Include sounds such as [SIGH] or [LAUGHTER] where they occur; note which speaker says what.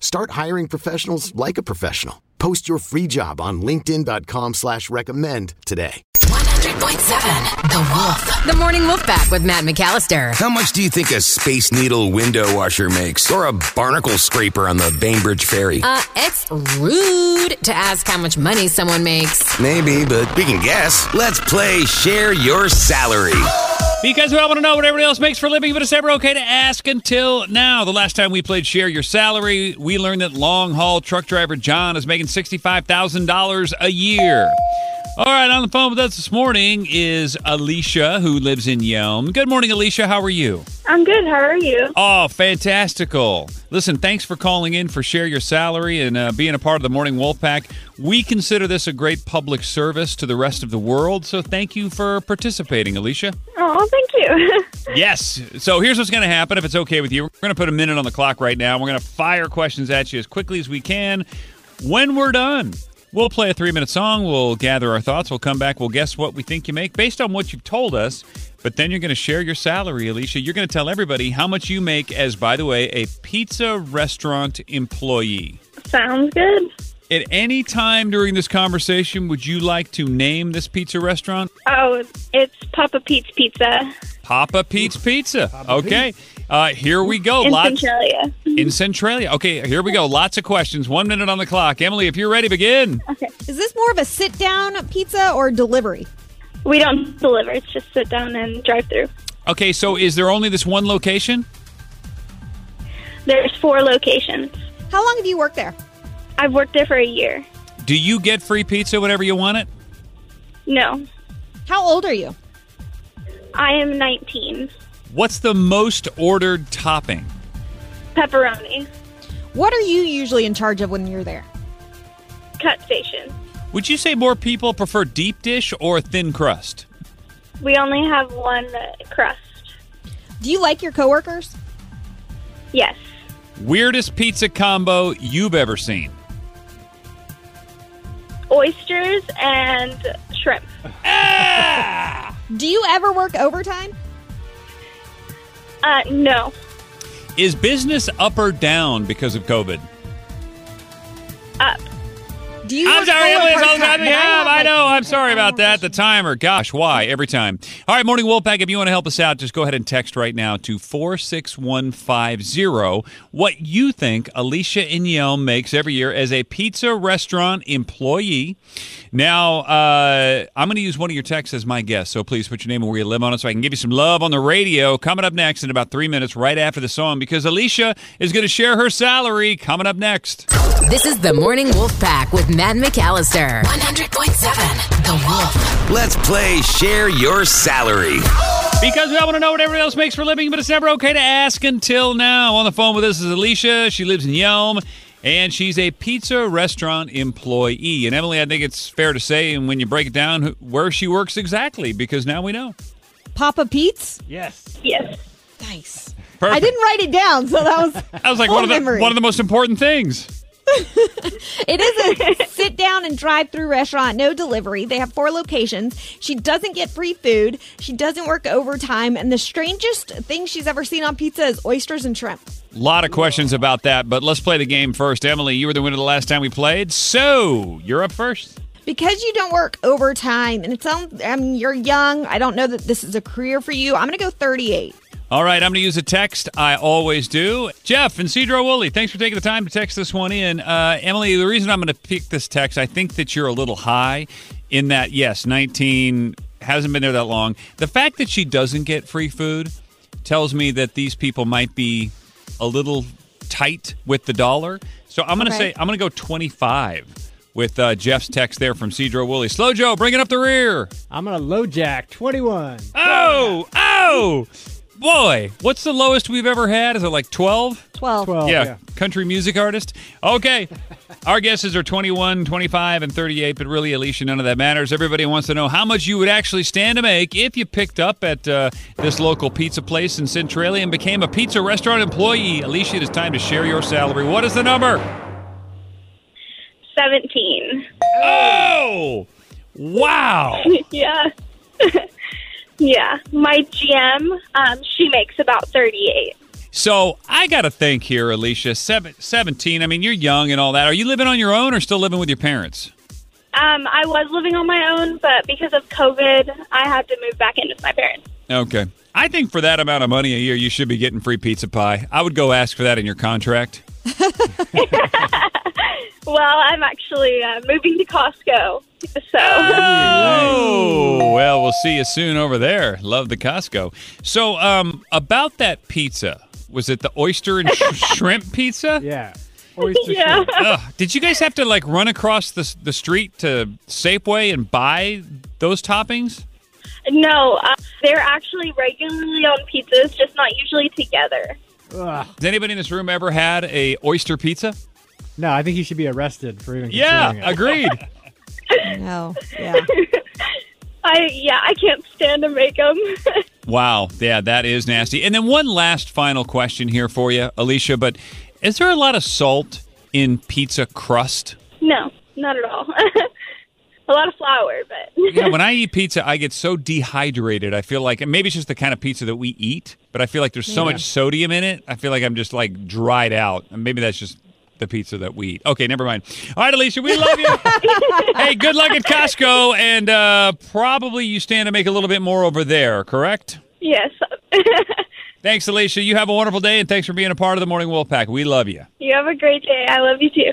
Speaker 1: Start hiring professionals like a professional. Post your free job on linkedin.com/recommend slash recommend today.
Speaker 2: 100.7 The Wolf. The Morning Wolf Pack with Matt McAllister.
Speaker 3: How much do you think a Space Needle window washer makes? Or a barnacle scraper on the Bainbridge Ferry?
Speaker 2: Uh, it's rude to ask how much money someone makes.
Speaker 3: Maybe, but we can guess. Let's play Share Your Salary.
Speaker 4: Because we all want to know what everybody else makes for a living, but it's never okay to ask until now. The last time we played Share Your Salary, we learned that long haul truck driver John is making $65,000 a year. All right, on the phone with us this morning is Alicia, who lives in Yelm. Good morning, Alicia. How are you?
Speaker 5: I'm good. How are you?
Speaker 4: Oh, fantastical. Listen, thanks for calling in for Share Your Salary and uh, being a part of the Morning Wolf Pack. We consider this a great public service to the rest of the world, so thank you for participating, Alicia.
Speaker 5: Oh, thank you. [LAUGHS]
Speaker 4: Yes. So here's what's going to happen if it's okay with you. We're going to put a minute on the clock right now. We're going to fire questions at you as quickly as we can. When we're done, we'll play a three minute song. We'll gather our thoughts. We'll come back. We'll guess what we think you make based on what you've told us. But then you're going to share your salary, Alicia. You're going to tell everybody how much you make as, by the way, a pizza restaurant employee.
Speaker 5: Sounds good.
Speaker 4: At any time during this conversation, would you like to name this pizza restaurant?
Speaker 5: Oh, it's Papa Pete's Pizza
Speaker 4: Papa Pete's Pizza. okay. Uh, here we go.
Speaker 5: in
Speaker 4: Lots-
Speaker 5: Centralia.
Speaker 4: in Centralia. Okay, here we go. Lots of questions. One minute on the clock. Emily, if you're ready, begin.
Speaker 6: Is this more of a sit down pizza or delivery?
Speaker 5: We don't deliver. It's just sit down and drive through.
Speaker 4: Okay, so is there only this one location?
Speaker 5: There's four locations.
Speaker 6: How long have you worked there?
Speaker 5: I've worked there for a year.
Speaker 4: Do you get free pizza whenever you want it?
Speaker 5: No,
Speaker 6: How old are you?
Speaker 5: I am 19.
Speaker 4: What's the most ordered topping?
Speaker 5: Pepperoni.
Speaker 6: What are you usually in charge of when you're there?
Speaker 5: Cut station.
Speaker 4: Would you say more people prefer deep dish or thin crust?
Speaker 5: We only have one crust.
Speaker 6: Do you like your coworkers?
Speaker 5: Yes.
Speaker 4: Weirdest pizza combo you've ever seen?
Speaker 5: Oysters and shrimp.
Speaker 6: Do you ever work overtime?
Speaker 5: Uh, no.
Speaker 4: Is business up or down because of COVID?
Speaker 5: Up.
Speaker 6: Do you?
Speaker 4: I'm
Speaker 6: work
Speaker 4: sorry,
Speaker 6: full or
Speaker 4: Emily, it's all
Speaker 6: part-time?
Speaker 4: the time.
Speaker 6: But
Speaker 4: Yeah,
Speaker 6: have,
Speaker 4: I
Speaker 6: like,
Speaker 4: know. I'm sorry
Speaker 6: part-time
Speaker 4: about that. The
Speaker 6: hours.
Speaker 4: timer. Gosh, why? Every time. All right, Morning Wolfpack, if you want to help us out, just go ahead and text right now to 46150 what you think Alicia Inyel makes every year as a pizza restaurant employee. Now, uh, I'm going to use one of your texts as my guest, so please put your name and where you live on it so I can give you some love on the radio. Coming up next in about three minutes, right after the song, because Alicia is going to share her salary coming up next.
Speaker 2: This is the Morning Wolf Pack with Matt McAllister. 100.7 The Wolf.
Speaker 3: Let's play Share Your Salary.
Speaker 4: Because we all want to know what everyone else makes for a living, but it's never okay to ask until now. On the phone with us is Alicia. She lives in Yelm, and she's a pizza restaurant employee. And Emily, I think it's fair to say, and when you break it down, who- where she works exactly, because now we know.
Speaker 6: Papa Pete's.
Speaker 4: Yes.
Speaker 5: Yes.
Speaker 6: Nice.
Speaker 4: Perfect.
Speaker 6: I didn't write it down, Um, so that was.
Speaker 4: I was like
Speaker 6: full
Speaker 4: one of the
Speaker 6: memory.
Speaker 4: one of the most important things.
Speaker 6: It is a sit down and drive through restaurant, no delivery. They have four locations. She doesn't get free food. She doesn't work overtime. And the strangest thing she's ever seen on pizza is oysters and shrimp.
Speaker 4: A lot of questions about that, but let's play the game first. Emily, you were the winner the last time we played, so you're up first.
Speaker 6: Because you don't work overtime, and it sounds, I mean, you're young. I don't know that this is a career for you. I'm going to go 38.
Speaker 4: All right, I'm going to use a text. I always do. Jeff and Cedro Woolley, thanks for taking the time to text this one in. Uh, Emily, the reason I'm going to pick this text, I think that you're a little high in that, yes, 19 hasn't been there that long. The fact that she doesn't get free food tells me that these people might be a little tight with the dollar. So I'm going to
Speaker 6: Okay.
Speaker 4: say I'm going to go 25 with uh, Jeff's text there from Cedro Woolley. Slow Joe, bringing up the rear.
Speaker 7: I'm gonna low jack 21.
Speaker 4: Oh, oh, boy! What's the lowest we've ever had? Is it like 12?
Speaker 6: 12.
Speaker 7: 12.
Speaker 4: yeah, country music artist. Okay. Our guesses are 21, 25, and 38, but really, Alicia, none of that matters. Everybody wants to know how much you would actually stand to make if you picked up at uh, this local pizza place in Centralia and became a pizza restaurant employee. Alicia, it is time to share your salary. What is the number?
Speaker 5: 17.
Speaker 4: Oh! Wow!
Speaker 5: [LAUGHS] yeah. [LAUGHS] yeah. My GM, um, she makes about 38.
Speaker 4: So I got to think here, Alicia. Seven, 17, I mean, you're young and all that. Are you living on your own or still living with your parents?
Speaker 5: Um, I was living on my own, but because of COVID, I had to move back in with my parents.
Speaker 4: Okay. I think for that amount of money a year, you should be getting free pizza pie. I would go ask for that in your contract.
Speaker 5: Well, I'm actually uh, moving to Costco. So, [LAUGHS]
Speaker 4: Oh, well, we'll see you soon over there. Love the Costco. So, um, about that pizza, was it the oyster and sh- shrimp pizza?
Speaker 7: Yeah. Oyster
Speaker 5: Yeah.
Speaker 7: shrimp.
Speaker 4: Ugh, did you guys have to like run across the the street to Safeway and buy those toppings?
Speaker 5: no, uh, they're actually regularly on pizzas, just not usually together.
Speaker 7: Ugh.
Speaker 4: Has anybody in this room ever had a oyster pizza?
Speaker 7: No, I think he should be arrested for even
Speaker 4: Yeah,
Speaker 7: considering it.
Speaker 4: agreed.
Speaker 7: [LAUGHS]
Speaker 6: No. Yeah.
Speaker 5: I yeah, I can't stand to make them.
Speaker 4: Wow. Yeah, that is nasty. And then one last final question here for you, Alicia, but is there a lot of salt in pizza crust?
Speaker 5: [LAUGHS] no, not at all. [LAUGHS] A lot of flour, but [LAUGHS]
Speaker 4: You know, when I eat pizza, I get so dehydrated. I feel like and maybe it's just the kind of pizza that we eat, but I feel like there's so much sodium in it. I feel like I'm just like dried out. And maybe that's just the pizza that we eat. Okay, never mind. All right, Alicia, we love you. hey, good luck at Costco, and uh, probably you stand to make a little bit more over there, correct?
Speaker 5: yes. [LAUGHS]
Speaker 4: Thanks, Alicia. You have a wonderful day, and thanks for being a part of the Morning Wolf Pack. We love you.
Speaker 5: you have a great day. I love you too.